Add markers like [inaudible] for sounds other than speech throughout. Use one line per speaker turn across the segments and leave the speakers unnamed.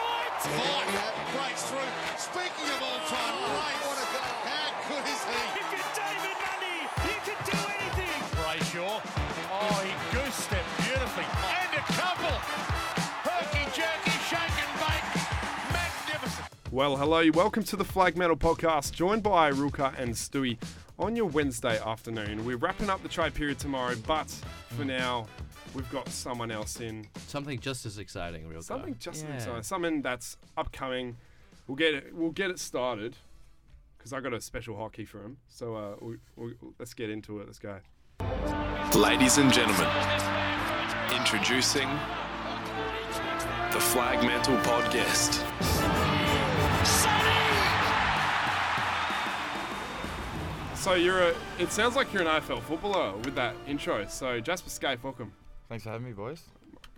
Fight breaks through. Speaking of all-time greats, how good is he?
You can David Mundy. You can do anything. Brayshaw. Oh, he goose stepped beautifully. And a couple. Herky jerky, shake and bake. Magnificent.
Well, hello, welcome to the Flag Metal Podcast, joined by Ruka and Stewie on your Wednesday afternoon. We're wrapping up the trade period tomorrow, but for now, we've got someone else in.
Something just as exciting, real
Something
quick.
just
Yeah.
exciting, someone that's upcoming. We'll get it, we'll get it started because I got a special hockey for him. So uh, we, we, let's get into it. Let's go.
Ladies and gentlemen, introducing the Flag Mantle Podcast.
So you're a. It sounds like you're an AFL footballer with that intro. So Jasper Scaife, welcome.
Thanks for having me, boys.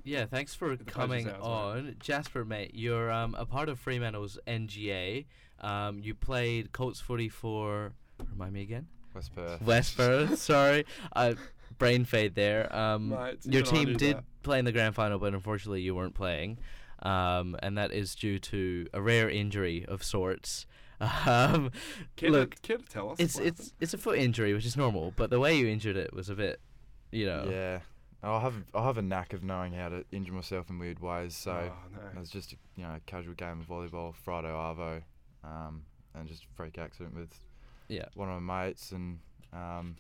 Yeah, thanks for coming
ours, mate.
on. Jasper, mate, you're um, a part of Fremantle's NGA. Um, you played Colts footy for, remind me again?
West Perth.
West
[laughs]
Perth, sorry. Uh, brain fade there. Um,
Mate,
your
even I
team
knew
did
that.
play in the grand final, but unfortunately you weren't playing. Um, and that is due to a rare injury of sorts. [laughs] Um,
Care
look,
to, care to tell us?
it's
what
it's it's a foot injury, which is normal, but the way you injured it was a bit, you know.
Yeah. I have I have a knack of knowing how to injure myself in weird ways. So
Oh, no.
it was just a, you know a casual game of volleyball Friday arvo, um, and just a freak accident with
Yeah.
one of my mates and um,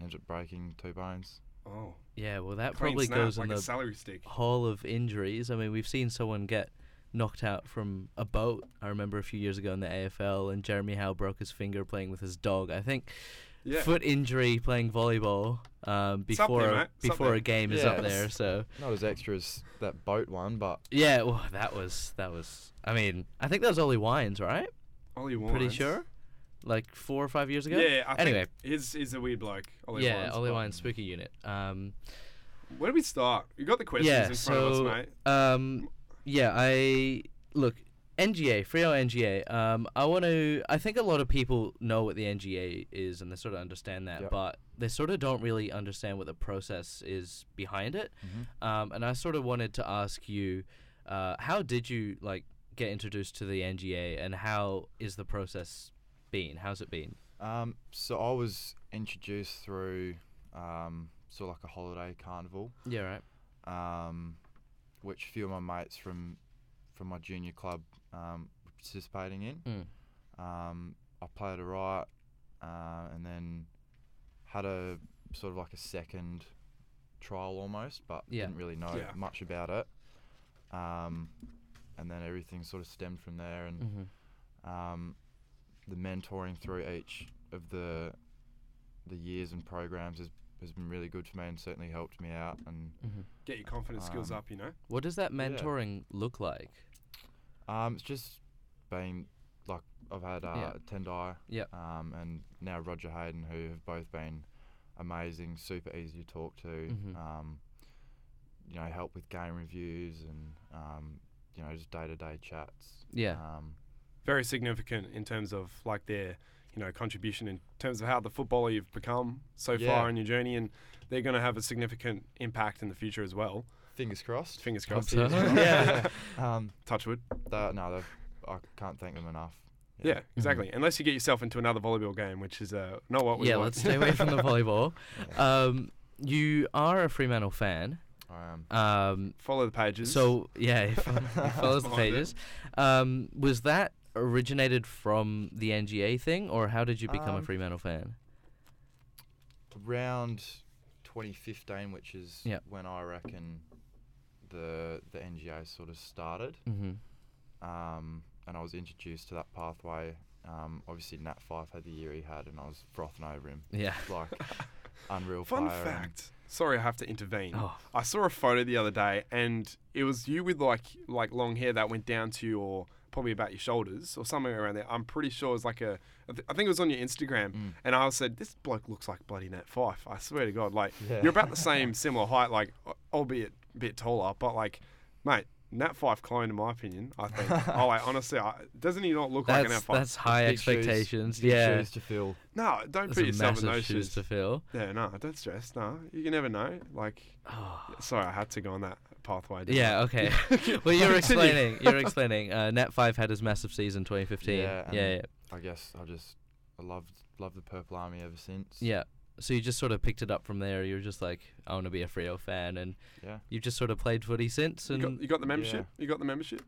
ended up breaking two bones.
Oh,
Yeah, well, that
clean
probably
snap,
goes
like
in
a
the
salary stick.
hall of injuries. I mean, we've seen someone get knocked out from a boat. I remember a few years ago in the AFL, and Jeremy Howe broke his finger playing with his dog. I think
Yeah.
foot injury playing volleyball um,
up there,
before
mate. It's up
before
there.
a game is up
Yeah.
there. So
Not as extra as that boat one, but
yeah, well, that was that was. I mean, I think that was Ollie Wines, right?
Ollie Wines.
Pretty sure. Like four or five years ago.
Yeah. I
anyway.
think he's he's a weird bloke. Ollie
yeah,
Wines,
Ollie
but-
Wines spooky unit. Um,
Where do we start? We got the questions
yeah,
in front
so,
of us, mate.
Um, yeah, I look NGA, Frio NGA. Um, I want to. I think a lot of people know what the NGA is and they sort of understand that,
Yep.
but they sort of don't really understand what the process is behind it. Um, and I sort of wanted to ask you, uh, how did you like get introduced to the NGA, and how is the process been? How's it been?
Um, so I was introduced through um, sort of like a holiday carnival,
Yeah, right.
um, which a few of my mates from from my junior club um, were participating in.
Mm.
Um, I played a right, uh, and then had a sort of like a second trial almost, but
Yeah.
didn't really know
Yeah.
much about it. Um, and then everything sort of stemmed from there, and
Mm-hmm.
um, the mentoring through each of the the years and programs has, has been really good for me and certainly helped me out and
mm-hmm.
Get your confidence skills
um,
up, you know.
What does that
Yeah.
mentoring look like?
um, it's just been like I've had uh,
Yeah.
Tendai
Yep.
um, and now Roger Hayden who have both been amazing super easy to talk to
Mhm.
um, you know help with game reviews and um, you know just day-to-day chats
Yeah.
um,
Very significant in terms of like their, you know, contribution in terms of how the footballer you've become so
Yeah.
far in your journey, and they're going to have a significant impact in the future as well.
fingers crossed
Fingers crossed.
so. [laughs]
yeah.
um,
Touch wood.
that, no they've- I can't thank them enough
Yeah, exactly.
[laughs]
Unless you get yourself into another volleyball game, which is uh, not what we
yeah,
want.
let's stay away from the volleyball. Um, you are a Fremantle fan.
I am
Um,
[laughs] Follow the pages.
so yeah, if follows the
Mind it.
pages. Um, was that originated from the NGA thing, or how did you become a
Um,
Fremantle fan?
around 2015, which is
Yep.
when I reckon the the NGA sort of started,
Mm-hmm.
um, and I was introduced to that pathway. Um, obviously, Nat Five had the year he had, and I was frothing over him
Yeah.
[laughs]
like unreal.
Fun
player and-
fact. Sorry, I have to intervene.
um, Oh.
I saw a photo the other day, and it was you with like like long hair that went down to your probably about your shoulders or somewhere around there. I'm pretty sure it was like a. I th- I think it was on your Instagram,
Mm.
and I said this bloke looks like bloody Nat Fife. I swear to God,
[laughs]
like
Yeah.
you're about the same similar height, like al- albeit a bit taller, but like, mate. Nat Fife clone, in my opinion. I
[laughs]
think. oh, like, honestly, I, doesn't he not look like an Nat
That's
Fife?
that's high
Big shoes-
expectations.
big
yeah.
shoes to fill.
no, don't
That's
put
a
yourself in
massive
those
shoes
shoes.
to fill.
Yeah, no, don't stress. No, you can never know. Like, sorry, I had to go on that pathway. down.
Yeah. Okay. well,
Continue.
you're explaining. You're explaining. Uh, Net Five had his massive season 2015.
Yeah,
yeah.
and-
Yeah.
I guess I just I loved loved the Purple Army ever since.
yeah. So you just sort of picked it up from there. You were just like, I want to be a Frio fan, and
Yeah.
you've just sort of played footy since.
You
And
got, you got the membership. You got the membership.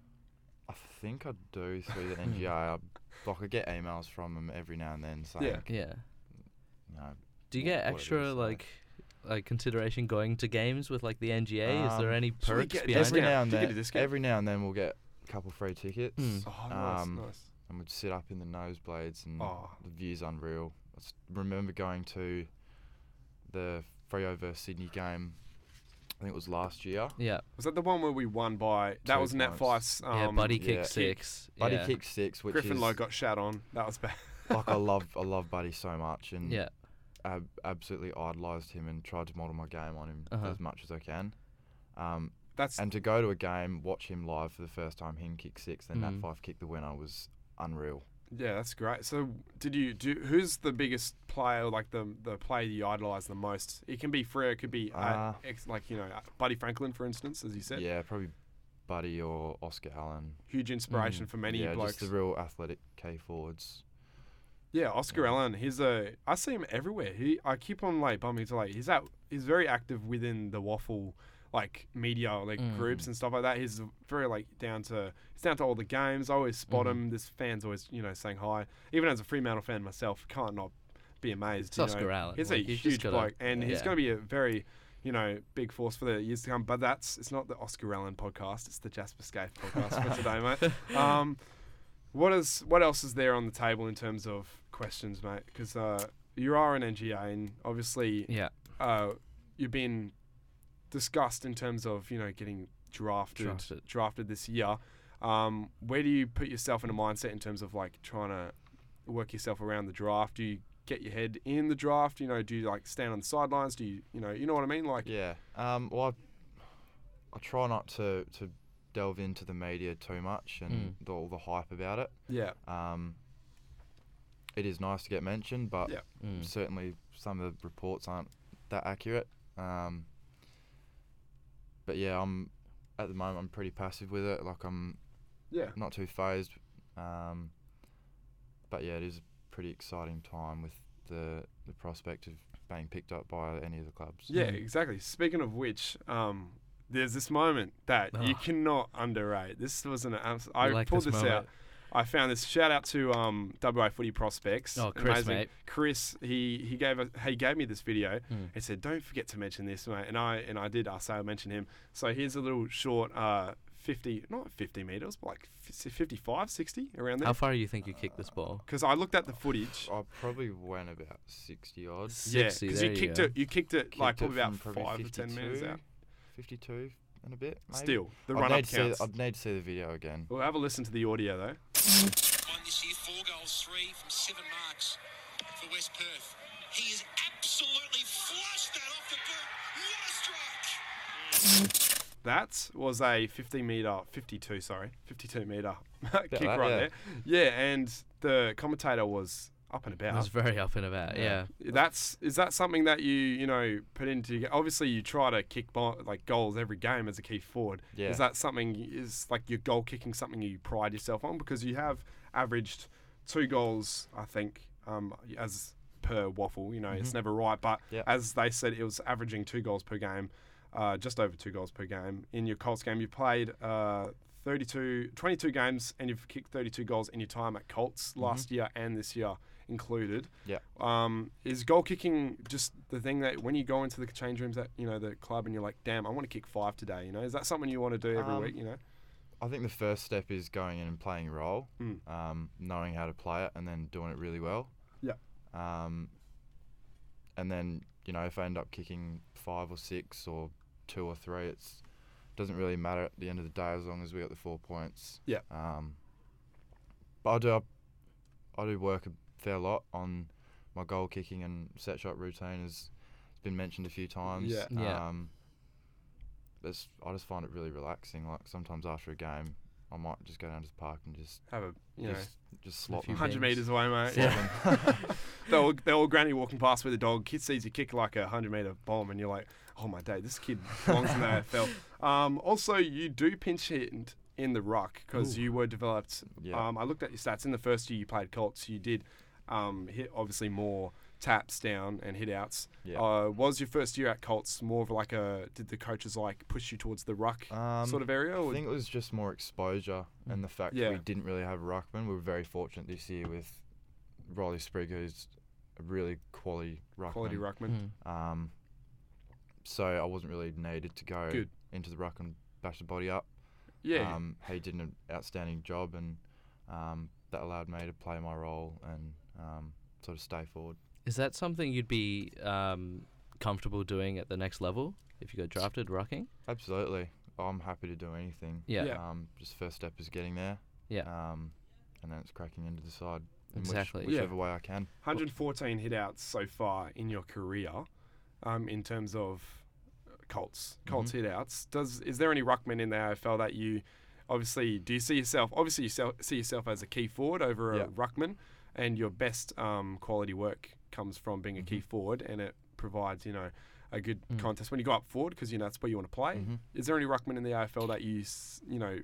I think I do through the
[laughs]
NGI. I, like I get emails from them every now and then saying,
Yeah.
yeah.
you know,
Do you
what-
get
what it
extra
is,
like like consideration going to games with like the NGA? Is there
Um,
any
so we
perks
get
behind
every
discount.
it?
now and
Do you get a
then,
discount?
every now and then we'll get a couple free tickets,
Mm.
Oh, nice,
Um, mm.
nice.
and we'd sit up in the nosebleeds, and
Oh,
the view's unreal. I s- remember going to the Freo versus Sydney game. I think it was last year.
Yeah.
was that the one where we won by? That
Two
was Nat
points.
Fife's.
Yeah.
Um,
Buddy
yeah.
kick
Kick.
six.
Buddy
yeah.
kicked six, which
Griffin
is
Lowe got shat on. That was bad. [laughs]
like I love I love Buddy so much,
mm.
and
Yeah.
ab- absolutely idolised him and tried to model my game on him
Uh-huh.
as much as I can. Um,
That's
and to go to a game, watch him live for the first time, him kick six, then
Mm.
Nat Five kick the winner was unreal.
yeah, that's great. So, did you do? Who's the biggest player? Like the the player you idolize the most? It can be Freo. It could be uh,
Uh,
ex, like you know uh, Buddy Franklin, for instance, as you said.
Yeah, probably Buddy or Oscar Allen.
Huge inspiration for many
Mm. yeah,
blokes.
just the real athletic K forwards.
Yeah, Oscar Allen. He's a. I see him everywhere. He. I keep on like bumping into like he's out. He's very active within the waffle like media like
Mm.
groups and stuff like that. He's very like down to. He's down to all the games. I always spot
Mm-hmm.
him. This fans always you know saying hi. Even as a Fremantle fan myself, can't not be amazed. you know.
Oscar Allen,
He's a
like, you've just
huge
gotta-
bloke, and he's
yeah.
going to be a very. You know, big force for the years to come, but that's it's not the Oscar Allen podcast; it's the Jasper Scaife podcast for today,
[laughs]
mate. Um, what is what else is there on the table in terms of questions, mate? Because uh, you are an NGA, and obviously
Yeah.
uh, you've been discussed in terms of you know getting drafted
Drafted.
drafted, this year. Um, where do you put yourself in a mindset in terms of like trying to work yourself around the draft? Do you get your head in the draft? You know, do you like stand on the sidelines? Do you you know you know what I mean? Like
Yeah. Um, well, I, I try not to, to delve into the media too much and the, all the hype about it.
yeah,
Um, it is nice to get mentioned, but
Yeah.
Mm.
certainly some of the reports aren't that accurate. Um, but yeah, I'm at the moment I'm pretty passive with it. Like I'm
yeah.
not too phased. Um, but yeah, it is a pretty exciting time with the the prospect of being picked up by any of the clubs.
Yeah,
Mm-hmm.
exactly. Speaking of which, um, there's this moment that you
Ah.
cannot underrate. This was an abs- I
like
pulled
this
this,
moment.
out. I found this. Shout out to um, WA Footy Prospects.
Oh, Chris, mate.
Chris, he he gave a, he gave me this video.
Mm.
He said, "Don't forget to mention this, mate." And I and I did. I say I mentioned him. So here's a little short, uh, 50 not 50 meters, but like 55, 60 around there.
How far do you think you kicked this ball?
Because I looked at the footage.
I probably went about sixty odd.
Yeah,
60,
because
there
you kicked
go.
it. You kicked it like
Kicked it
probably about
from probably
five to ten minutes
52,
out.
52 and a bit. Maybe.
Still, the
Oh,
I'd
run up
need to see-
counts.
I'd need to see the video again.
We'll have a listen to the audio though.
One this year, four goals, three from seven marks for West Perth. He has absolutely flushed that off the boot. What a strike!
That was a 15 meter, 52, sorry, 52 meter [laughs] kick right
that, yeah.
there. Yeah, and the commentator was up and
It was
about.
very up and about. Yeah.
That's is that something that you you know put into? your- Obviously, you try to kick bo- like goals every game as a key forward.
Yeah.
Is that something? Is like your goal kicking something you pride yourself on because you have averaged two goals, I think, um, as per waffle. You know, it's never right, but
Mm-hmm. Yeah.
as they said, it was averaging two goals per game, uh, just over two goals per game. In your Colts game, you played uh, 32, 22 games and you've kicked 32 goals in your time at Colts
Mm-hmm.
last year and this year included.
Yeah.
Um, is goal kicking just the thing that when you go into the change rooms at you know the club and you're like, damn, I want to kick five today. You know, is that something you want to do every
Um,
week? You know,
I think the first step is going in and playing your role, um, knowing how to play it, and then doing it really well.
Mm. Yeah.
Um, and then you know if I end up kicking five or six or two or three, it's doesn't really matter at the end of the day as long as we got the four points.
Yeah.
Um, but I do I do work a fair lot on my goal kicking and set shot routine as it's been mentioned a few times.
Yeah.
Yeah.
Um, it's, I just find it really relaxing. Like sometimes after a game, I might just go down to the park and just
Have a you know
just just slot
few
them.
Hun-
100
things.
meters away, mate.
Yeah.
they're, all, they're all granny walking past with a dog. Kid sees you kick like a 100 meter bomb, and you're like, oh my day, this kid belongs in the AFL. Um, also, you do pinch hit in- in the ruck because you were developed.
Yeah.
Um, I looked at your stats. In the first year you played Colts, you did um, hit obviously more taps down and hit outs.
Yeah.
Uh, was your first year at Colts more of like a, did the coaches like push you towards the ruck
Um,
sort of area?
I
Or?
think it was just more exposure and the fact
Yeah.
that we didn't really have ruckman. We were very fortunate this year with Riley Sprigg, who's a really quality ruckman.
Quality ruckman.
Um, so I wasn't really needed to go
Good.
into the ruck and bash the body up.
Yeah.
Um, he did an outstanding job, and um, that allowed me to play my role and um, sort of stay forward.
Is that something you'd be um, comfortable doing at the next level if you got drafted, rocking?
Absolutely, I'm happy to do anything.
Yeah.
Yeah.
Um, just first step is getting there.
Yeah.
Um, and then it's cracking into the side. in which-
Exactly.
Yeah.
whichever way I can.
114 hit outs so far in your career um, in terms of uh, Colts, Colts
Mm-hmm.
hit outs. Does, is there any ruckman in the AFL that you obviously do you see yourself? Obviously, you sel- see yourself as a key forward over a
Yeah.
ruckman, and your best um, quality work comes from being a key
Mm-hmm.
forward, and it provides you know a good
Mm.
contest when you go up forward because you know that's where you want to play.
Mm-hmm.
Is there any ruckman in the AFL that you s- you know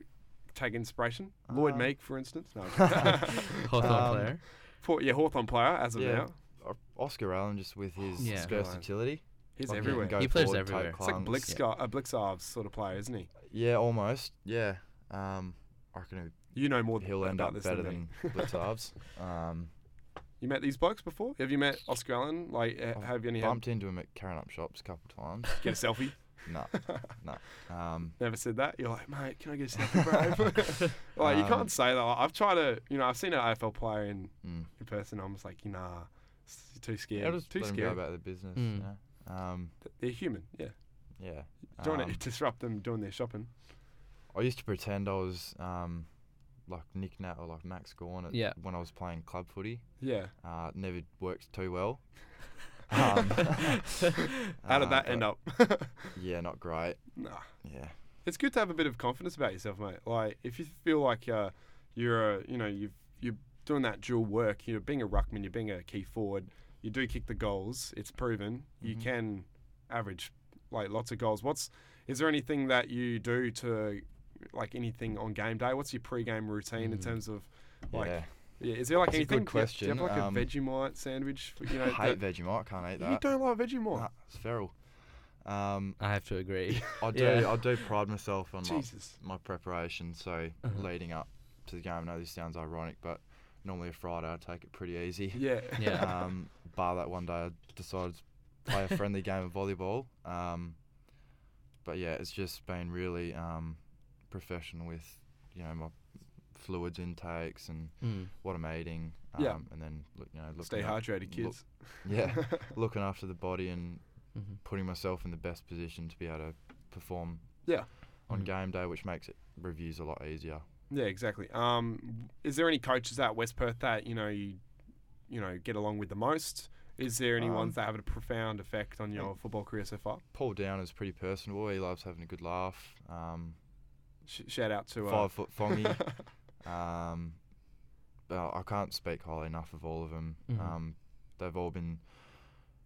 take inspiration? Lloyd
Uh.
Meek, for instance. No, I'm joking. [laughs]
Hawthorn
Um,
player.
Port, yeah, Hawthorn player as of
Yeah.
now.
O- Oscar Allen just with his
Oh, Yeah.
versatility.
He's
like he can
everywhere.
go
He plays
forward, take
everywhere. It's
It's like
clumps.
Blix, yeah. uh, Blixarves sort of player, isn't he?
Yeah, almost. Yeah. Um, I reckon
You know more
he'll
about
end up
this
better
than, me.
than Blitzarves.
[laughs]
Um,
You met these blokes before? Have you met Oscar Allen? Like, uh,
I've
have you any had,
bumped into him at Karen Up Shops a couple times.
[laughs] get a
[laughs]
selfie?
no, no. Um,
Never said that. You're like, mate, can I get a selfie, bro? [laughs]
[laughs]
like,
Um,
you can't say that. Like, I've tried to, you know, I've seen an AFL player in,
Mm.
in person. I'm just like, nah, it's too scared.
yeah, just
too
let him go
scared.
about the business.
Mm.
You know? Um,
They're human. Yeah,
yeah.
don't
Um,
want to [laughs] disrupt them doing their shopping.
I used to pretend I was um, like Nick Nat or like Max Gorn at,
Yeah.
when I was playing club footy.
Yeah.
Uh, never worked too well.
[laughs]
Um,
How
[laughs]
did
uh,
that
but
end up? [laughs]
Yeah, not great.
nah.
Yeah.
it's good to have a bit of confidence about yourself, mate. Like if you feel like uh, you're, a, you know, you've you're doing that dual work. You're being a ruckman. You're being a key forward. You do kick the goals. It's proven you
Mm-hmm.
can average like lots of goals. What's is there anything that you do to like anything on game day? What's your pre-game routine in terms of like? Yeah.
Mm. Yeah.
is there like
That's a good
anything? Do you- Do you
question,
have like
um,
a Vegemite sandwich? For, you know,
I hate
that-
Vegemite. Uh, Can't eat that.
you don't like Vegemite.
Nah, it's feral. Um,
I have to
[laughs]
agree.
I do.
Yeah.
I do pride myself on my,
Jesus.
[laughs] my preparation. So
Uh-huh.
leading up to the game, I know this sounds ironic, but normally a Friday I take it pretty easy.
Yeah.
Yeah.
Um, bar that one day I decided to play a friendly game of volleyball. Um, but yeah, it's just been really um, professional with you know my fluids intakes and
[laughs] Mm.
what I'm eating. Um,
Yeah.
And then um, look, you know,
[laughs]
looking
Stay
up-
hydrated,
look-
kids.
[laughs] yeah,
[laughs]
looking after the body and
Mhm.
putting myself in the best position to be able to perform
Yeah.
on game day, which makes it reviews a lot easier.
Yeah, exactly. Um, is there any coaches at West Perth that you know you, you know get along with the most? Is there any
Um,
ones that have a profound effect on your football career so far?
Paul Down is pretty personable. He loves having a good laugh. Um,
Sh- shout out to uh,
five foot fongy. um, but I can't speak highly enough of all of them. Um, they've all been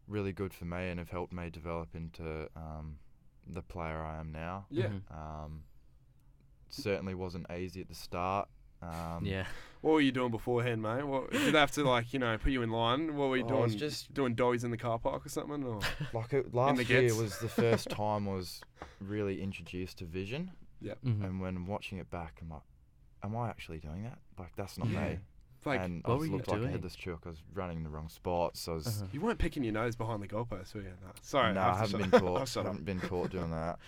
really good for me and have helped me develop into um, the player I am now.
yeah.
Mhm.
Um, certainly wasn't easy at the start. Um,
yeah.
What were you doing beforehand, mate? What, did they have to like you know put you in line? What were you
I
doing?
was just-
doing doughies in the car park or something?
[laughs]
Or
Like it, last
the
year
gets.
was the first time I was really introduced to vision,
Mhm.
and when watching it back, I'm like, "Am I actually doing that? Like that's not me."
like
and
what
I
were
was
you
looked like a
doing? Uh-huh.
headless chook. I was running in the wrong spots. I was
you weren't picking your nose behind the goalpost, were you? No. Sorry,
no,
I'll
I
have to
haven't been
[laughs] shut- I'll
caught. I
shut up.
haven't been caught
[laughs]
doing that.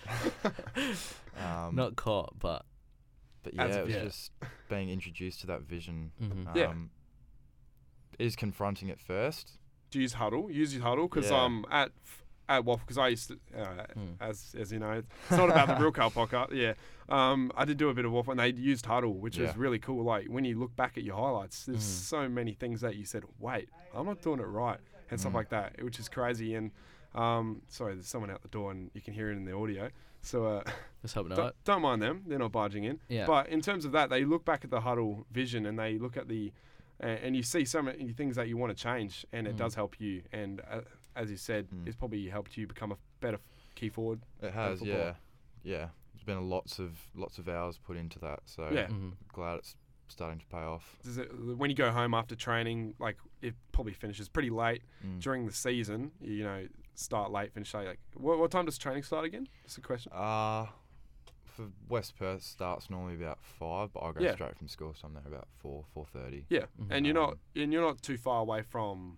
um,
Not caught, but
but yeah,
as
it
of
was
yet.
just being introduced to that vision.
Mhm.
Yeah.
Um, it is confronting at first.
do you use Huddle. Use your Huddle because
Yeah.
um at at Waffle because I used to uh,
Mm.
as as you know it's not about the real Carl Pocker. Yeah, um I did do a bit of Waffle and they used Huddle, which
Yeah.
was really cool. Like when you look back at your highlights, there's so many things that you said, wait, I'm not doing it right and stuff like that, which is crazy and. Um, sorry, there's someone out the door and you can hear it in the audio. So uh, [laughs]
Let's hope
don't-
not.
don't mind them; they're not barging in.
Yeah.
But in terms of that, they look back at the huddle vision and they look at the, a- and you see so many things that you want to change, and it does help you. And uh, as you said, it's probably helped you become a better key forward.
It has,
football.
yeah, yeah. There's been lots of lots of hours put into that, so
Yeah.
Mm-hmm.
glad it's starting to pay off.
Does it, when you go home after training, like it probably finishes pretty late
Mm.
during the season. You know, start late, finish late. Like, what, what time does training start again? That's a question.
Uh for West Perth starts normally about five, but I go
Yeah.
straight from school, so I'm there about four, four thirty.
Yeah,
Mm-hmm.
and you're not and you're not too far away from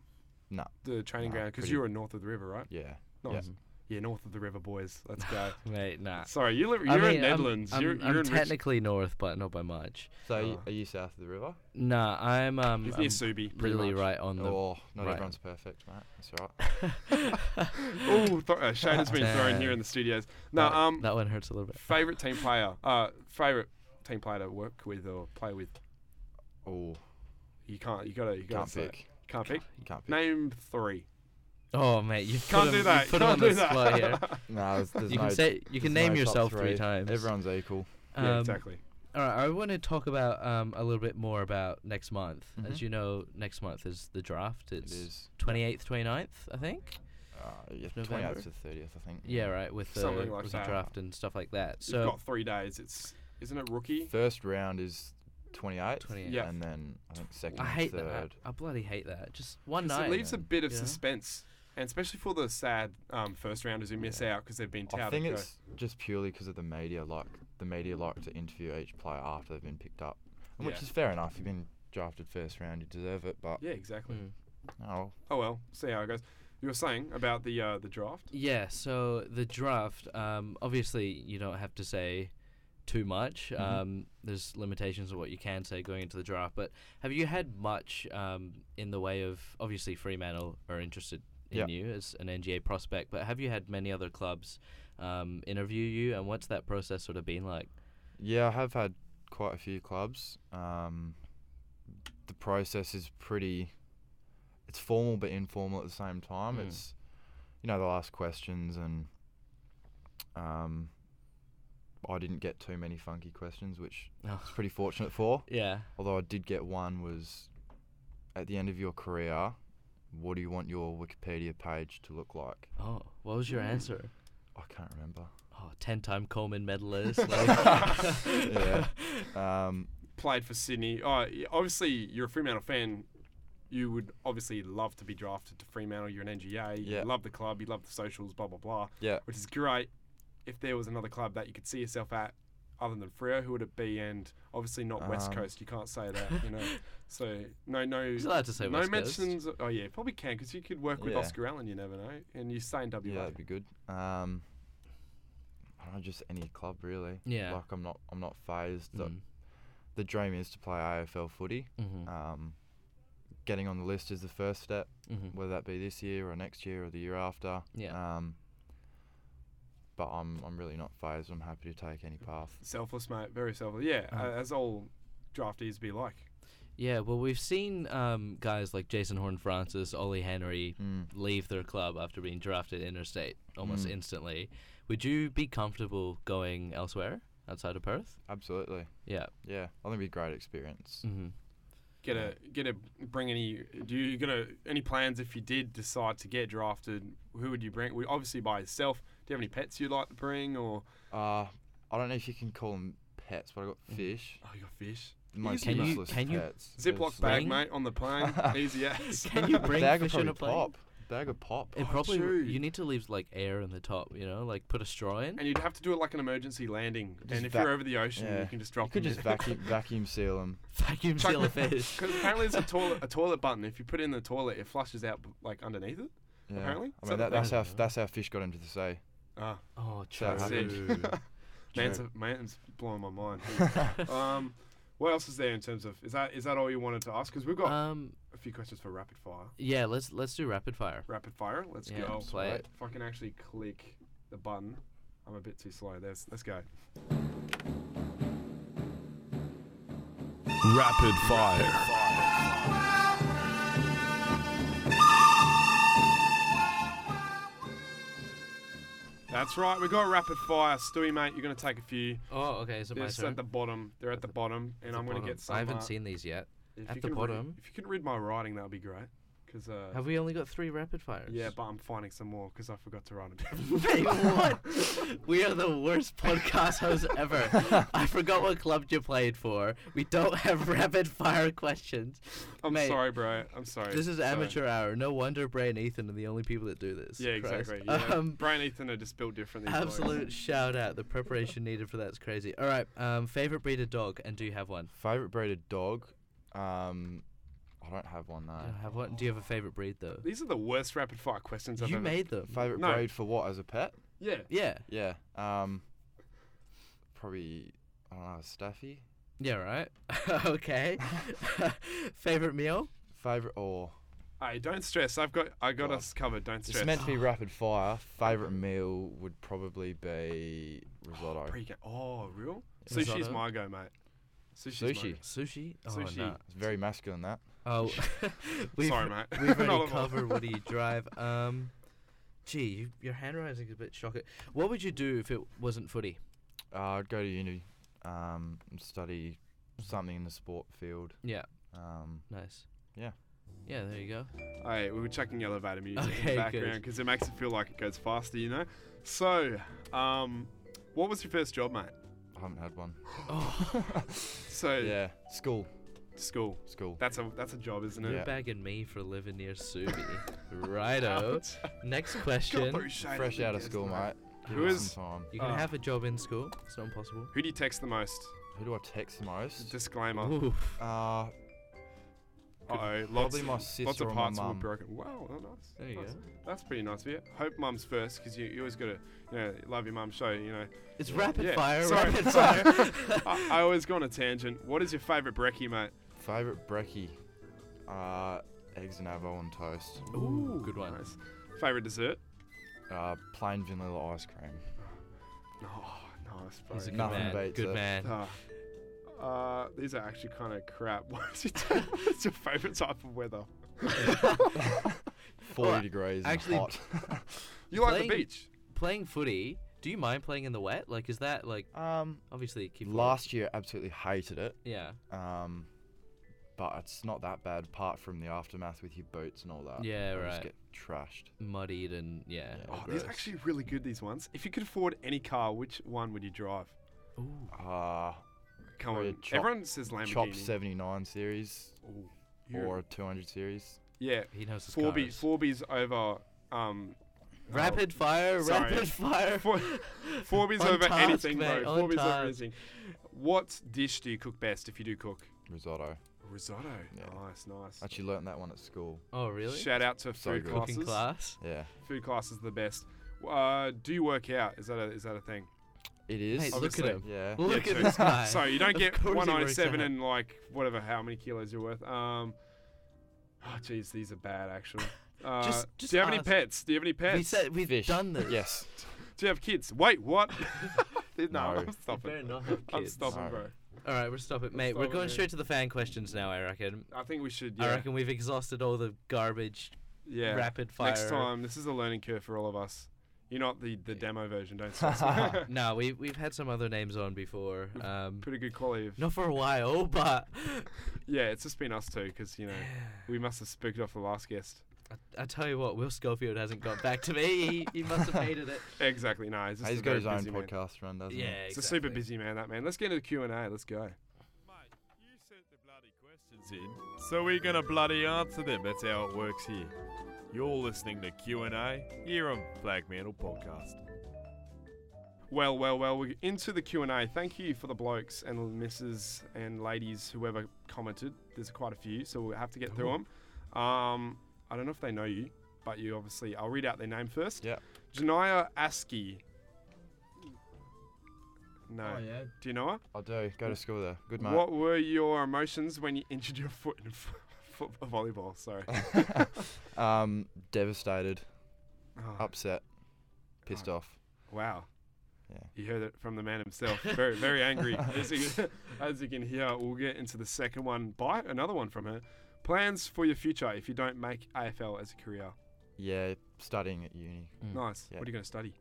No,
the training ground
Nah,
ground because
pretty-
you were north of the river, right?
yeah,
Nice.
yeah.
Yeah, north of the river, boys. Let's
[laughs]
go.
Mate, nah.
Sorry, you live, you're
I mean,
in
I'm-
Netherlands.
I'm,
you're
I'm
you're in Rich-
technically north, but not by much.
So
Uh-huh.
are you, are you south of the river?
Nah, I'm um
It's near
I'm [laughs]
Subi, pretty
really
much.
right on the
oh, not
right.
everyone's perfect, mate. That's
[laughs]
all right.
Oh, th- uh, shade has been thrown here in the studios. No, um,
That one hurts a little bit.
favorite team player. Uh, favorite team player to work with or play with.
Oh,
You can't. You gotta. You gotta
Can't
say it.
pick.
Can't pick.
you can't pick.
Name three.
Oh mate, you
Can't
put
do
him,
that,
You put
can't
him on
do
the
that. [laughs]
spot here.
No, there's, there's
You can
no-
say- you can
there's
name
no top
yourself three times.
Everyone's equal.
yeah,
Um,
exactly.
All right, I want to talk about um, a little bit more about next month. Mm-hmm. As you know, next month is the draft. It's
is.
28th, 29th, I think.
Uh, yeah,
November?
28th to 30th, I think.
Yeah, right, with the,
Something like
with the
that.
draft and stuff like that.
You've
So
got three days. It's isn't it rookie?
First round is 28th,
28th.
Yeah.
and then I think second
I
and
hate
third.
that. I, I bloody hate that. Just one
'Cause
night.
it leaves a bit of
Yeah.
suspense, and especially for the sad um, first rounders who miss out because they've been touted.
I think
to go.
it's just purely because of the media. Like the media like to interview each player after they've been picked up, and which
Yeah.
is fair enough. You've been drafted first round, you deserve it. But
yeah, exactly.
Hmm.
oh,
Oh well, see how it goes. You were saying about the uh, the draft.
Yeah, so the draft, um, obviously, you don't have to say too much. Um, there's limitations of what you can say going into the draft, but have you had much um, in the way of obviously Fremantle are interested in
Yeah.
you as an NGA prospect, but have you had many other clubs um, interview you, and what's that process sort of been like?
yeah, I have had quite a few clubs. Um, the process is pretty. It's formal but informal at the same time. It's, you know, they'll ask questions and. Um, I didn't get too many funky questions, which I
Oh.
was pretty fortunate for.
Yeah.
although I did get one was at the end of your career, what do you want your Wikipedia page to look like?
Oh, what was your answer?
I can't remember.
Oh, 10 time Coleman [laughs] medalist. like- [laughs]
yeah. Um,
Played for Sydney. Oh, y- obviously you're a Fremantle fan. You would obviously love to be drafted to Fremantle. You're an NGA.
Yeah.
You love the club. You love the socials. Blah blah blah.
yeah.
Which is great. If there was another club that you could see yourself at, other than Freo, who would it be? And obviously not West
Um,
Coast. You can't say that. You know. So no, no. He's
allowed to say
no
West Coast.
mentions. Oh yeah, probably can because you could work with
Yeah.
Oscar Allen. You never know. And you stay in WA.
Yeah, that'd be good. Um, I don't know, just any club really.
Yeah.
Like I'm not, I'm not phased. The,
Mm.
the dream is to play AFL footy.
Mhm.
Um, getting on the list is the first step,
Mhm.
whether that be this year or next year or the year after.
Yeah.
Um, but I'm, I'm really not phased. I'm happy to take any path.
Selfless, mate. Very selfless. Yeah, uh, as all draftees be like.
Yeah, well, we've seen um, guys like Jason Horn Francis, Ollie Henry leave their club after being drafted interstate almost instantly. Would you be comfortable going elsewhere outside of Perth?
Absolutely.
Yeah.
Yeah. I think it'd be a great experience.
Mm.
Get a get a bring any. Do you got a, any plans if you did decide to get drafted? Who would you bring? We obviously by yourself. Do you have any pets you'd like to bring or
Uh, I don't know if you can call them pets, but I got fish.
oh your fish?
The most
Mm-hmm. can you-
useless
can you
pets.
Ziploc
There's-
bag,
Bring-
mate, on the
[laughs]
plane. Easy as.
Can you bring
Bag would
fish in
probably
a plane? Oh,
pop. Bag of pop.
It probably
true.
you need to leave like air in the top, you know, like put a straw in.
and you'd have to do it like an emergency landing.
Just
and if
vac-
you're over the ocean,
yeah.
you can just drop.
You
them
could just
in. [laughs]
[laughs] vacuum vacuum seal them.
Vacuum seal a fish.
Because apparently there's a toilet a toilet button. If you put it in the toilet, it flushes out like underneath it.
Yeah.
Apparently.
I
So
mean, that,
that-
that's how that's how fish got into the sea.
Ah,
Oh, true.
That's it. [laughs]
man's, man's blowing my mind. [laughs]
Uh,
um, what else is there in terms of is that is that all you wanted to ask? Because we've got
Um,
a few questions for rapid fire.
yeah, let's let's do rapid fire.
Rapid fire. Let's
Yeah,
go.
play it.
If I can actually click the button, I'm a bit too slow. There's, let's go.
Rapid fire.
That's right. We've got rapid fire. Stewie, mate, you're going to take a few.
Oh, okay. Is it my
They're just
turn?
at the bottom. They're at the bottom, and I'm going to
Bottom.
get some.
I haven't
uh,
seen these yet.
if
At
you
the
can read-
bottom.
if you can read my writing, that would be great. Because uh,
Have we only got three rapid fires?
yeah, but I'm finding some more because I forgot to write them.
[laughs]
down.
Mate, what? we are the worst podcast hosts ever. I forgot what club you played for. We don't have [laughs] rapid fire questions.
I'm
Mate,
sorry, bro. I'm sorry.
This is
Sorry.
amateur hour. No wonder Bray and Ethan are the only people that do this.
Yeah,
Christ.
exactly. Yeah.
Um,
Brian and Ethan are just built different. these blokes.
absolute shout out. The preparation needed for that's crazy. All right. Um, favorite breed of dog, and do you have one?
Favorite breeded dog? Um, I don't have one
I don't
though.
have one. Do you have a favorite breed though?
These are the worst rapid fire questions I've
You
ever.
made them.
Favorite
No.
breed for what? As a pet?
yeah.
Yeah.
Yeah. Um, probably I don't know. Staffy.
Yeah. Right.
[laughs]
[laughs] okay. favorite meal.
Favorite or
Hey, don't stress. I've got I got
God.
us covered. Don't
it's
stress.
meant to be rapid fire. Favorite meal would probably be risotto.
Pre-game. Oh, real?
Yeah.
Sushi's
Risotto.
my go, mate. Sushi's my
Sushi.
go.
Sushi. Oh,
Sushi.
no.
It's very masculine that.
[laughs]
Oh, [laughs] we've,
Sorry, mate. [laughs]
We've
Not
already
at all.
covered what do you drive. Um, gee, you, your handwriting is a bit shocking. What would you do if it wasn't footy?
Uh, I'd go to uni, um, and study something in the sport field.
Yeah,
Um,
nice.
Yeah.
Yeah, there you go.
Hey, we were checking elevator music in
Okay,
the
good.
background because it makes it feel like it goes faster, you know. So, um, what was your first job, mate?
I haven't had one.
So
Yeah, school,
school.
school.
That's a that's a job, isn't it?
You're
Yeah.
bagging me for living near Subi. Righto. Next
God,
question.
bro, you shaded
Fresh
me,
out of
yes,
school, mate.
Who
Give it
is-
Some time.
You can
Ah.
have a job in school. It's not impossible.
Who do you text the most?
Who do I text the most?
Disclaimer.
Ooh.
Uh,
Uh oh, lots,
probably my
lots
sister
of
or my
parts were
mum.
broken. Wow, oh, nice.
There you
nice.
go.
That's pretty nice of you. Hope mum's first because you, you always gotta you know love your mum. Show you know.
It's rapid
Yeah,
fire.
sorry. [laughs]
Rapid fire.
I, I always go on a tangent. What is your favourite brekkie, mate?
Favorite brekkie? Uh, eggs and avo on toast.
Ooh, good one.
Nice. Favourite dessert?
Uh, plain vanilla ice cream.
Oh, nice, bro.
He's a good
Nothing
man.
beats
Good
it.
man.
Ah. Uh, these are actually kind of crap. [laughs] What's your, what's your favourite type of weather?
40
Well,
degrees.
actually-
and hot.
[laughs]
You like the
Playing-
beach?
Playing footy. Do you mind playing in the wet? Like, is that like
um,
obviously keep
last year absolutely hated it.
Yeah.
Um, but it's not that bad apart from the aftermath with your boots and all that.
Yeah,
I
right.
Just get trashed.
muddied and yeah.
Yeah.
Oh, these are
gross.
actually really good. These ones. If you could afford any car, which one would you drive?
Ooh.
Uh,
Come
Probably
on,
a chop-
everyone says Lamborghini.
Chop 79 series
Ooh, you-
or a 200 series.
yeah,
He knows his
four B,
cars.
four B's over. Um,
Oh, Rapid fire,
Sorry.
rapid
[laughs]
fire.
four, four B's
On
over
task,
anything,
mate,
bro.
on
Four B's over
task.
anything. What dish do you cook best if you do cook?
Risotto.
Risotto.
Yeah.
Nice, nice.
Actually learnt that one at school.
Oh, really?
Shout out to
So
food
good.
Cooking
classes.
class.
Yeah.
Food class is the best. Uh, do you work out? Is that a, is that a thing?
It is.
Mate, look at
Obviously.
him.
yeah.
Look
Yeah,
at
true. [laughs]
this guy.
So you don't
[laughs] Of
get
course he works
197
out.
and like whatever, how many kilos you're worth. Um, oh jeez, these are bad
[laughs]
actually. Uh,
Just- just
do you have any
ask.
pets? Do you have any pets?
We said we've
[laughs] Fish.
done [laughs] this.
Yes.
do you have kids? Wait,
[laughs]
what? [laughs] no,
No.
I'm
You
stopping.
better not have
I'm
kids.
stopping,
No.
bro.
All right, we'll stop it, mate.
stop
We're
it,
going
mate.
straight to the fan questions now. I reckon.
I think we should. Yeah,
I reckon we've exhausted all the garbage.
yeah.
rapid
Next
fire.
time, this is a learning curve for all of us. You're not the, the demo version.
[laughs]
Don't stress. me. [laughs]
No, we we've had some other names on before. Um,
Pretty good quality. Of,
not for a while, [laughs] but
Yeah, it's just been us two because you know we must have spooked off the last guest.
I, I tell you what, Will Schofield hasn't got back to me. He, he must have
[laughs]
hated it.
Exactly. No, it's just
He's
a
got
very
his own
busy man.
podcast run, doesn't
Yeah,
he?
It's a super
exactly.
busy man, that man. Let's get into the Q and A. Let's go.
Mate, you sent the bloody questions in, so we're gonna bloody answer them. That's how it works here. You're listening to Q and A here on Flag Mantle Podcast.
Well, well, well. We're into the Q and A. Thank you for the blokes and misses and ladies, whoever commented. There's quite a few, so we'll have to get through them. Um, I don't know if they know you, but you obviously. I'll read out their name first.
Yeah.
Janaya Askey. No. Do you know her?
I do. Go to school there. Good mate.
What were your emotions when you injured your [laughs] foot in f- football volleyball? Sorry.
Uh, [laughs] Um, devastated,
Oh,
upset, pissed off.
Wow.
Yeah.
You heard it from the man himself. Very, very angry. As you, as you can hear, we'll get into the second one by another one from her. Plans for your future if you don't make AFL as a career.
Yeah, studying at uni.
Nice.
Yeah.
What are you going to study?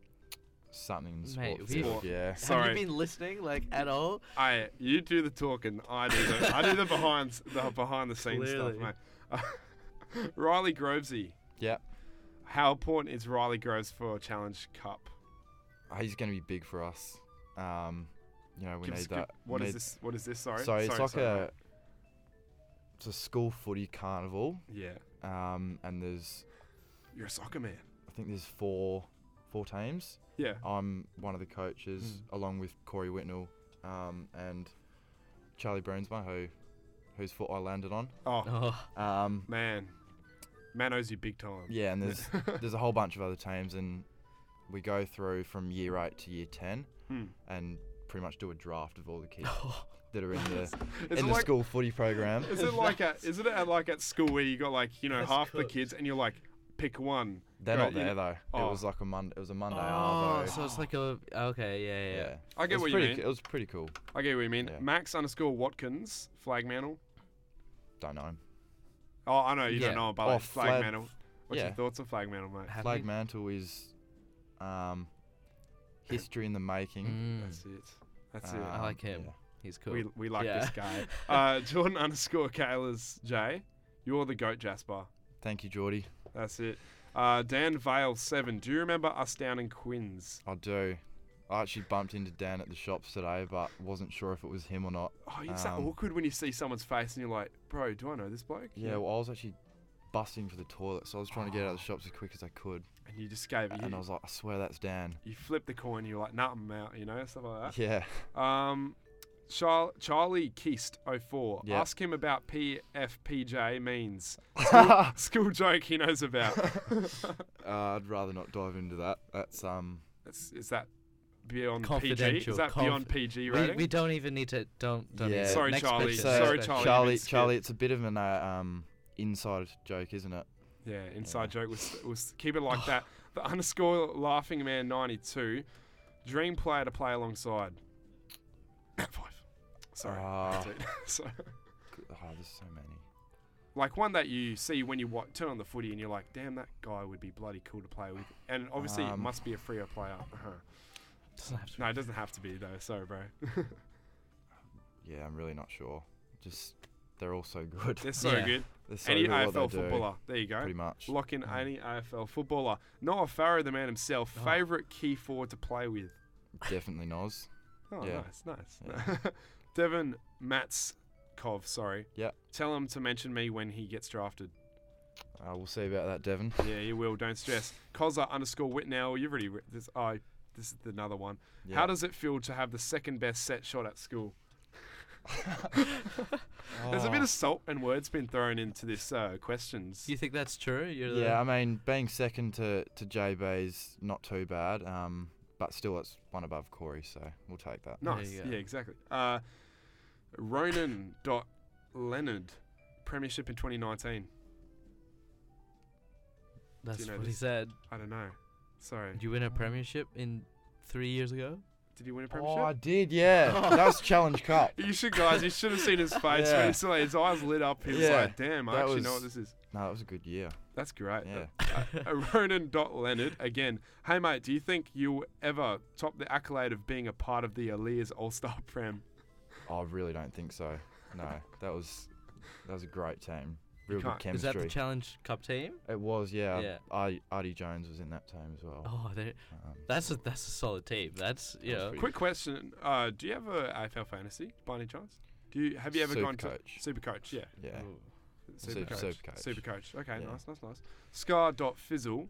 something in the
Mate,
sports
we-
field. Yeah.
Sorry.
Have you been listening like at all?
I you do the talking. I do the I do the behind the behind the scenes
Clearly.
stuff, mate. [laughs] Riley Grovesy.
Yeah.
How important is Riley Groves for Challenge Cup?
Uh, He's going to be big for us. Um, you know, we
Give us-
need
give-
that.
what
we
is
need-
this? What is this? Sorry.
So it's like
sorry,
a it's a school footy carnival,
mate. yeah.
um, and there's
You're a soccer man.
I think there's four four teams.
Yeah.
I'm one of the coaches,
Hmm.
along with Corey Whitnell um, and Charlie Brunsma, who whose foot I landed on.
Oh
Oh,
Um,
man, man owes you big time.
Yeah,
[laughs]
and there's there's a whole bunch of other teams, and we go through from year eight to year ten,
Hmm.
and pretty much do a draft of all
[laughs]
the kids that are in the
Is
in
it
the
like-
school footy program.
Is it like at, is it at like at school where you got like you know half the kids and you're like pick one.
They're
Go,
not
you
there
know-
though.
Oh.
It was like a Monday. It was a Monday.
oh,
arvo.
so it's like a okay, yeah, yeah.
yeah.
I
It
get
was
what you
pretty
mean.
co- It was pretty cool.
I get what you mean.
Yeah.
Max underscore Watkins flag mantle.
Don't know.
Oh, I know you
Yeah.
don't know about
Oh,
like flag,
flag-
mantle. What's
yeah.
your thoughts on flag mantle,
[laughs]
mate?
Have
Flag
you-
mantle is um, history in the making.
Mm,
That's it. That's it.
I
Um,
like him.
yeah.
He's cool.
We, we like
Yeah.
this guy.
[laughs]
Uh, Jordan underscore Kayla's J. You're the goat, Jasper.
Thank you, Geordie.
That's it. Uh, Dan Vale seven. Do you remember us down in Quinns?
I do. I actually bumped into Dan at the shops today, but wasn't sure if it was him or not.
Oh, it's that
Um,
awkward when you see someone's face and you're like, bro, do I know this bloke?
Yeah, well, I was actually busting for the toilet, so I was trying to get
[gasps]
out of the shops as quick as I could.
And you just gave it.
And I
You,
was like, I swear that's Dan.
you flip the coin. You're like, nah, I'm out. You know, stuff like that.
Yeah. [laughs]
Um, Char- Charlie Keast 04.
Yeah.
Ask him about PFPJ
[laughs]
means. School, school joke he knows about. [laughs]
Uh, I'd rather not dive into that. That's um.
That's, is that beyond PG?
Confidential,
Is that
conf-
beyond PG
we,
rating?
we don't even need to. Don't. don't
Yeah.
Even.
Sorry,
Next
Charlie.
question.
It's,
Sorry,
uh,
Next
Charlie, you
Charlie,
meant skip.
Charlie, it's a bit of an uh, um inside joke, isn't it?
Yeah, inside joke was was keep it like
[laughs]
that. The underscore laughing man ninety two, dream player to play alongside. [coughs] Five. Sorry. [laughs]
Ah. [laughs]
That's it. Sorry.
G- Oh, there's so many.
Like one that you see when you wa turn on the footy and you're like, damn, that guy would be bloody cool to play with. And obviously, it
Um.
must be a freer player. Uh-huh.
Doesn't have to.
No, it doesn't have to be though. Sorry,
[laughs]
bro.
Yeah, I'm really not sure. Just they're all so good.
They're so
Yeah.
good.
They're so
any
good at what
AFL
they do,
footballer. There you go.
Pretty much. Mm.
Lock in any AFL footballer. Noah Farrow, the man himself,
Oh.
favourite key forward to play with.
Definitely Nos.
Oh,
Yeah.
nice, nice. [laughs] Devin Matskov, sorry.
Yep.
Tell him to mention me when he gets drafted.
Uh, we'll see about that, Devon.
Yeah, he will. Don't stress. Kozza underscore Whitnell. You've already. Re- this, oh, this is another one. How
Yeah.
does it feel to have the second best set shot at school?
[laughs]
There's
Oh.
a bit of salt and words been thrown into this uh, questions.
Do you think that's true? You're the-
Yeah, I mean, being second to to JB's not too bad. Um, but still, it's one above Corey, so we'll take that.
There
Nice.
you
Yeah,
go.
exactly. Uh, Ronan dot Leonard, Premiership in 2019.
That's
know
what he
this?
said.
I don't know. Sorry.
Did you win a premiership in three years ago?
Did he win a
Oh,
premiership?
I
[laughs]
did, yeah. that was Challenge Cup.
You should, guys. You should have seen
[laughs]
his face.
Yeah.
when he saw it. his eyes lit up. He was
Yeah,
like, "Damn, I
that
actually know what
was-
this is."
No, that was a good year.
That's great.
Yeah. [laughs]
Uh, Ronan dot Leonard again. Hey mate, do you think you'll ever top the accolade of being a part of the Elias All Star Prem?
I really don't think so. No, that was that was a great team. Real good
can't-
chemistry.
Is that the Challenge Cup team?
it was, yeah.
Yeah.
I, Artie Jones was in that team as well.
Oh, they're-
Um,
that's a that's a solid team. That's you
was
know.
pretty-
Quick question: uh, Do you have a AFL fantasy by any chance? Do you have you ever gone to
Supercoach.
Supercoach? Yeah,
yeah. Sup-
Supercoach. Supercoach.
Supercoach.
Okay,
Yeah.
nice, nice, nice. Scar dot Fizzle,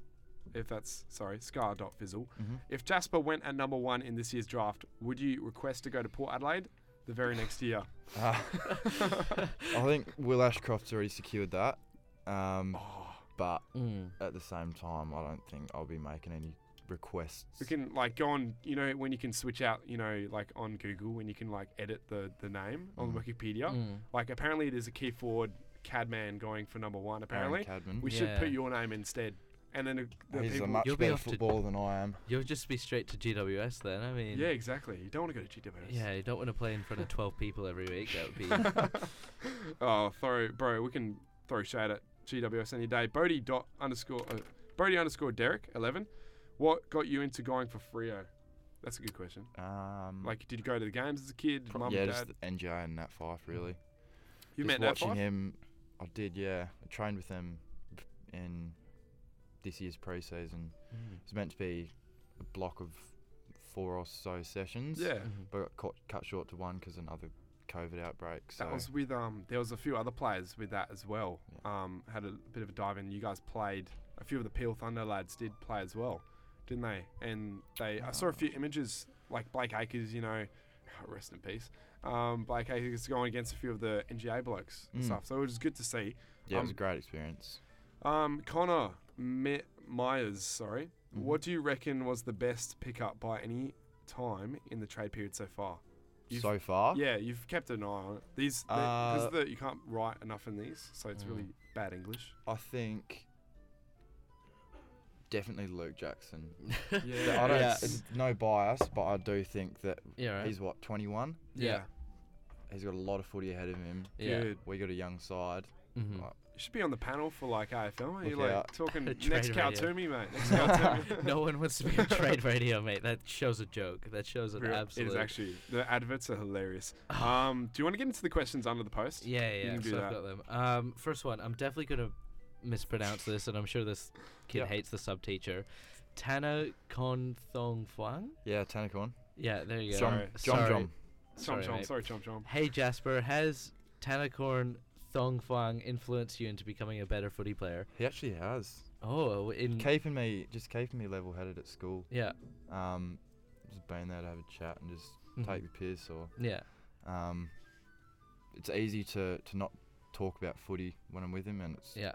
if that's sorry, Scar dot Fizzle.
Mhm.
If Jasper went at number one in this year's draft, would you request to go to Port Adelaide the very
[laughs]
next year? [laughs] Oh,
Ah.
Oh.
I think Will Ashcroft's already secured that. Um,
Oh.
But
Mm.
at the same time, I don't think I'll be making any requests.
We can like go on, you know, when you can switch out, you know, like on Google when you can like edit the the name on
Mm-hmm.
Wikipedia.
Mm.
Like apparently there's a key forward Cadman going for number one.
Aaron
Apparently,
Cadman.
we should put
Yeah.
your name instead. And then the, the
He's a
people,
much
You'll be
better
off to-
footballer than I am.
You'll just be straight to GWS then. I mean.
yeah, exactly. You don't want to go to GWS.
Yeah, you don't want to play in
[laughs]
front of 12 people every week. That would be.
[laughs] Oh, throw, bro, we can throw shade at GWS any day. Bodie dot underscore, uh, Bodie underscore Derek, 11. What got you into going for Frio? That's a good question.
Um,
Like, did you go to the games as a kid?
pro-
Mum,
yeah,
dad. Mm-hmm.
just the NGI and Nat Fife really.
you
just
met Nat
watching
Fife?
him, I did. Yeah, I trained with him in this year's pre-season. It was meant to be a block of four or so sessions.
Yeah.
but got caught, cut short to one because another COVID outbreak. So
That was with um. There was a few other players with that as well. Um, had a bit of a dive in. You guys played. A few of the Peel Thunder lads did play as well, didn't they? And they. I
Uh,
saw a few images like Blake Acres. You know, [laughs] rest in peace. Um, Blake Acres going against a few of the NGA blokes and
Mm.
stuff. So it was good to see.
yeah, it
um,
was a great experience.
Um, Connor Me- Myers, sorry.
Mm-hmm.
What do you reckon was the best pickup by any time in the trade period so far? You've-
So far,
Yeah, you've kept an eye on it. These
Oh. Uh, Mm.
because the you can't write enough in these, so it's really bad
[laughs]
English.
I think definitely Luke Jackson.
Yeah,
I don't,
Yeah.
it's no bias, but I do think that
Yeah, right.
he's what 21.
yeah.
He's got a lot of footy ahead of him.
Yeah.
Good.
We got a young side.
Mhm.
Like,
You should be on the panel for like AFL. Are you
Look
like
[laughs]
out.
talking
Trade
next cow
radio.
to me, mate?
[laughs]
Next cow to me. [laughs]
no one wants to be on trade radio, mate. That shows a joke. That shows an
Real-
absolute.
It is actually the adverts are
[sighs]
hilarious. Um, do you want to get into the questions under the post?
Ah. Yeah,
You
yeah.
can do
so
that.
I've got them. Um, first one. I'm definitely gonna mispronounce this, and I'm sure this kid
Yep.
hates the sub teacher. Tana Kon Thong Fuang.
yeah, Tanakorn.
Yeah, there you go.
John,
Sorry.
John,
Sorry.
John.
Chomp
Sorry,
chomp,
mate.
sorry, chomp chomp.
Hey Jasper, has Tanakorn Thongfang influenced you into becoming a better footy player?
He actually has
Oh, in
keeping me just keeping me level-headed at school.
yeah,
Um, just being there to have a chat and just
Mhm.
take the piss, or
yeah,
um, it's easy to to not talk about footy when I'm with him, and it's
yeah.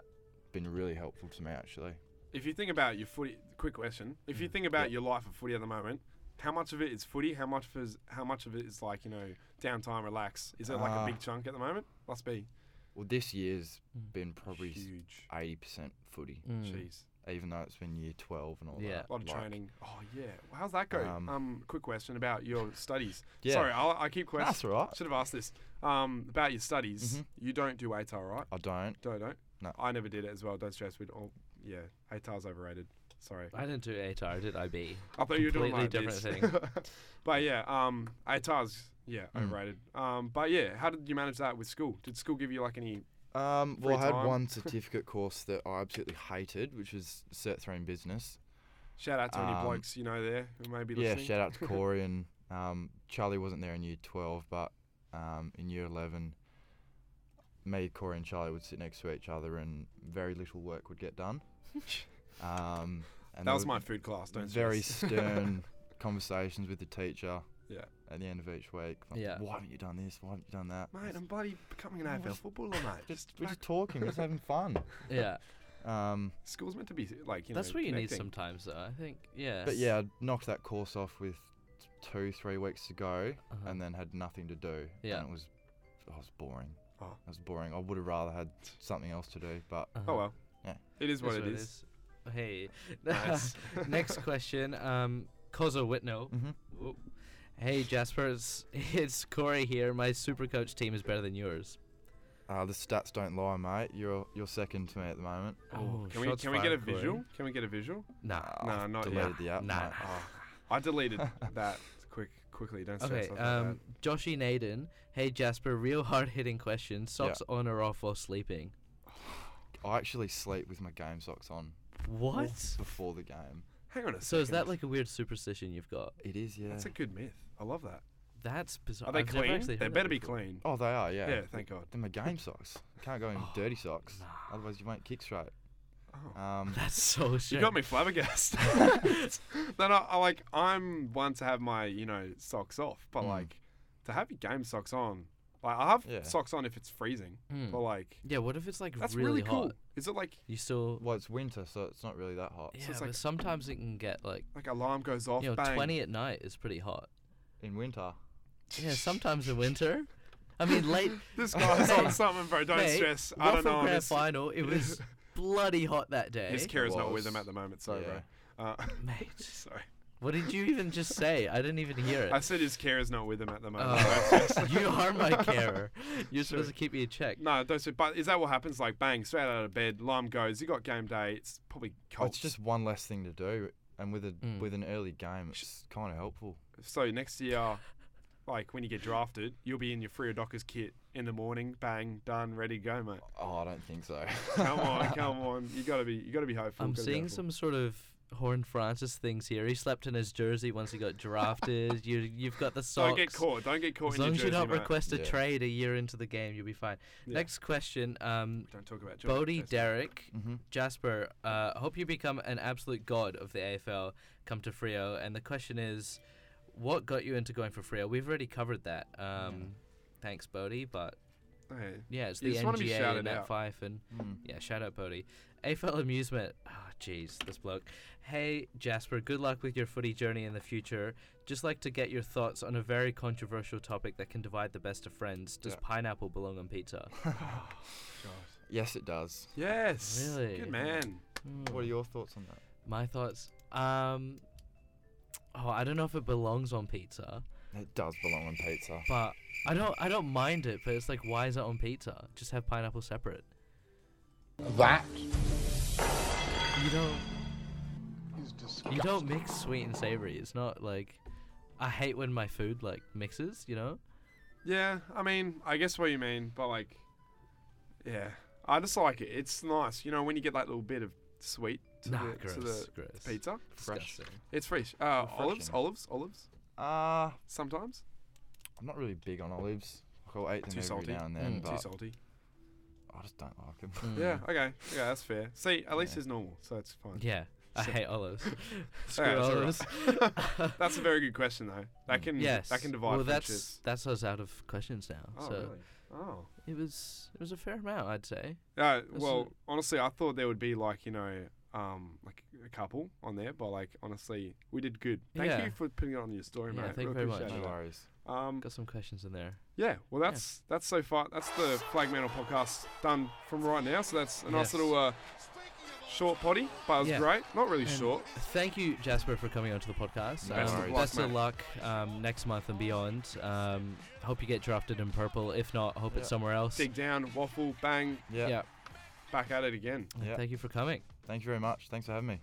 been really helpful to me actually.
If you think about your footy, quick question. If
Mm.
you think about your life of footy at the moment, how much of it is footy? How much of it is, how much of it is like you know downtime, relax? Is it like a
Uh,
big chunk at the moment? Must be
Well, this year's
Mm.
been probably
huge.
eighty percent footy,
Jeez,
even though it's been year twelve and all
Yeah.
that.
a lot of
like-
training. Oh yeah, Well, how's that go? Um,
Um,
quick question about your studies.
Yeah.
Sorry, I'll, I keep questions.
That's all right.
Should have asked this. Um, about your studies,
Mhm.
you don't do ATAR, right?
I don't.
Don't don't.
No.
I never did it as well. Don't stress. We all yeah. ATAR's overrated. Sorry.
I didn't do ATAR,
[laughs]
did IB?
I thought you were doing like
Completely
this. [laughs] but yeah, um, ATAR's yeah
Hmm.
overrated. Um, but yeah, how did you manage that with school? Did school give you like any?
Um,
Free
well, I had
time.
one certificate course that I absolutely hated, which was Cert Three in Business.
Shout out to any
Um,
blokes you know there who may be
Yeah,
listening.
shout out
[laughs]
to Corey and um, Charlie wasn't there in year 12, but um, in year 11, me, Corey, and Charlie would sit next to each other, and very little work would get
[laughs]
done. Um, and
That
there
was
were
my food class. Don't [laughs]
very
stress.
stern conversations with the teacher.
Yeah.
At the end of each week, like,
Yeah.
Why haven't you done this? Why haven't you done that?
Mate, I'm bloody becoming an AFL footballer, mate. Just
we're
like,
just talking, we're just having fun.
[laughs]
Yeah,
Um,
school's meant to be like you know.
that's what you need
connecting.
sometimes, though. I think. Yeah.
But yeah, I knocked that course off with two, three weeks to go,
Uh-huh.
and then had nothing to do.
Yeah.
and it was, oh, it was boring.
Oh.
It was boring. I would have rather had something else to do, but
Uh-huh.
Oh well.
Yeah.
It is what
That's
it is.
Hey. [laughs]
Nice.
Next question. Um, Kozo Whitno.
Mhm.
Mm-hmm.
Whoa. Hey Jasper, it's, it's Corey here. My super coach team is better than yours.
uh, the stats don't lie, mate. You're you're second to me at the moment.
Oh,
Can we
shots
can we get a
fired, Corey.
visual? Can we get a visual?
Nah.
Oh,
no, not yet. Ah,
deleted the app.
Oh, Nah.
mate.
I
[laughs]
deleted that quick quickly. Don't stress.
Okay,
I was like
um, Joshy Naden. Hey Jasper, real hard hitting question. Socks on or off while sleeping?
I actually sleep with my game socks on
What?
before the game.
that. hang on a second.
So is that like a weird superstition you've got?
It is, yeah.
That's a good myth. I love that.
That's bizarre.
Are they
I've never
clean?
actually
They
heard that
better be
before.
clean.
oh, they are, yeah.
Yeah, thank God.
They're my game socks. Can't go in
Oh,
dirty socks. Otherwise, you won't kick straight.
Oh.
Um,
That's so strange.
You got me
[laughs]
flabbergasted. [laughs] then I, I like I'm one to have my you know socks off,
Hmm.
but like to have your game socks on. Like I have
Yeah.
socks on if it's freezing, but like
Yeah, what if Hmm. it's like
that's
really,
really,
hot?
cool. Is it like
You still.
well, it's winter, so it's not really that hot.
yeah,
it's
but
like-
sometimes it can get like
like alarm goes off?
you know
bang.
twenty at night is
[laughs]
pretty hot.
In winter,
Yeah, sometimes in winter. I mean, late. [laughs]
This guy's on
Hey,
something, bro. [laughs] Don't
Mate,
stress. I don't
Waffle
know.
Grand
His,
final.
[laughs]
It was bloody hot that day.
his Kira's not with
Was.
him at the moment. Sorry,
Yeah.
bro. Uh, [laughs]
Mate,
sorry.
what did you even just say? I didn't even hear it.
I said his Kira's not with him at the moment.
Oh, [laughs] you are my
[laughs]
carer. You're supposed to keep me in check.
No, that's it. But is that what happens? Like, bang, straight out of bed, lime goes. You got game day. It's probably cold.
It's just one less thing to do, and with a
Oh, Mm.
with an early game, it's kind of helpful.
so next year, like when you get drafted, you'll be in your Freo Dockers kit in the morning, bang, done, ready to go, mate.
Oh, I don't think so.
Come
[laughs]
on, come on. You gotta be, you gotta be hopeful.
I'm
gotta be
seeing
hopeful.
some sort of Horn Francis things here. He slept in his jersey once he
[laughs]
got drafted. you you've got the socks.
Don't get caught. Don't get caught
As
in
long
your
as you
jersey,
don't
mate.
request a
Yeah.
trade a year into the game, you'll be fine. Next question. Um,
Don't talk about jersey
Bodie,
first.
Derek, Jasper, uh, hope you become an absolute god of the AFL come to Frio. And the question is, what got you into going for Frio? We've already covered that. Um, Thanks, Bodie. But
Hey,
yeah, it's
You
the
just wanna be
NGA
shouted
and Matt
out.
Fife. And yeah, shout out, Bodie. AFL Amusement. Oh, jeez, this bloke. Hey, Jasper, good luck with your footy journey in the future. Just like to get your thoughts on a very controversial topic that can divide the best of friends. Does pineapple belong on pizza?
yes, it does.
Yes.
Really?
Good man.
Mm.
What are your thoughts on that?
My thoughts. Um. Oh, I don't know if it belongs on pizza,
It does belong on pizza.
but I don't. I don't mind it, but it's like, why is it on pizza? Just have pineapple separate.
That
You don't.
is disgusting.
You don't mix sweet and savory. It's not like. I hate when my food like mixes. You know.
Yeah, I mean, I guess what you mean, but like, yeah, I just like it. It's nice, you know, when you get that little bit of sweet to
Nah,
the, to
gross,
the
gross.
pizza.
Fresh.
Disgusting.
It's fresh. Uh, olives,
Refreshing.
olives, olives.
Uh,
Sometimes
I'm not really big on olives. I'll eat them
Too
every
salty.
now and then,
Mm.
too
but
salty.
I just don't like them.
Yeah. Okay. Okay. That's fair. See, at least it's normal, so it's fine.
Yeah. I hate olives. Screw
Alright,
olives.
that's alright. that's a very good question, though. That can
Yes.
that can divide
Well, that's
friendships.
that's us out of questions now.
Oh
so
really? Oh.
it was it was a fair amount, I'd say.
Uh, well, honestly, I thought there would be like you know, um, like a couple on there, but like honestly, we did good. Thank
Yeah.
you for putting it on your story,
Yeah,
mate.
thank you
Really
very much.
appreciate
No
it.
worries.
Um,
Got some questions in there.
yeah. Well, that's that's so far. That's the Flag Mantle podcast done from right now. So that's a nice
Yes.
little uh, short potty, but it was
Yeah.
great. Not really short.
Thank you, Jasper, for coming onto the podcast.
No
um,
worries.
best of
Mate.
luck um, next month and beyond. Um, hope you get drafted in purple. If not, hope it's somewhere else.
Dig down, waffle, bang,
Yeah.
Yeah.
back at it again.
And
Yeah.
Thank you for coming.
Thank you very much. Thanks for having me.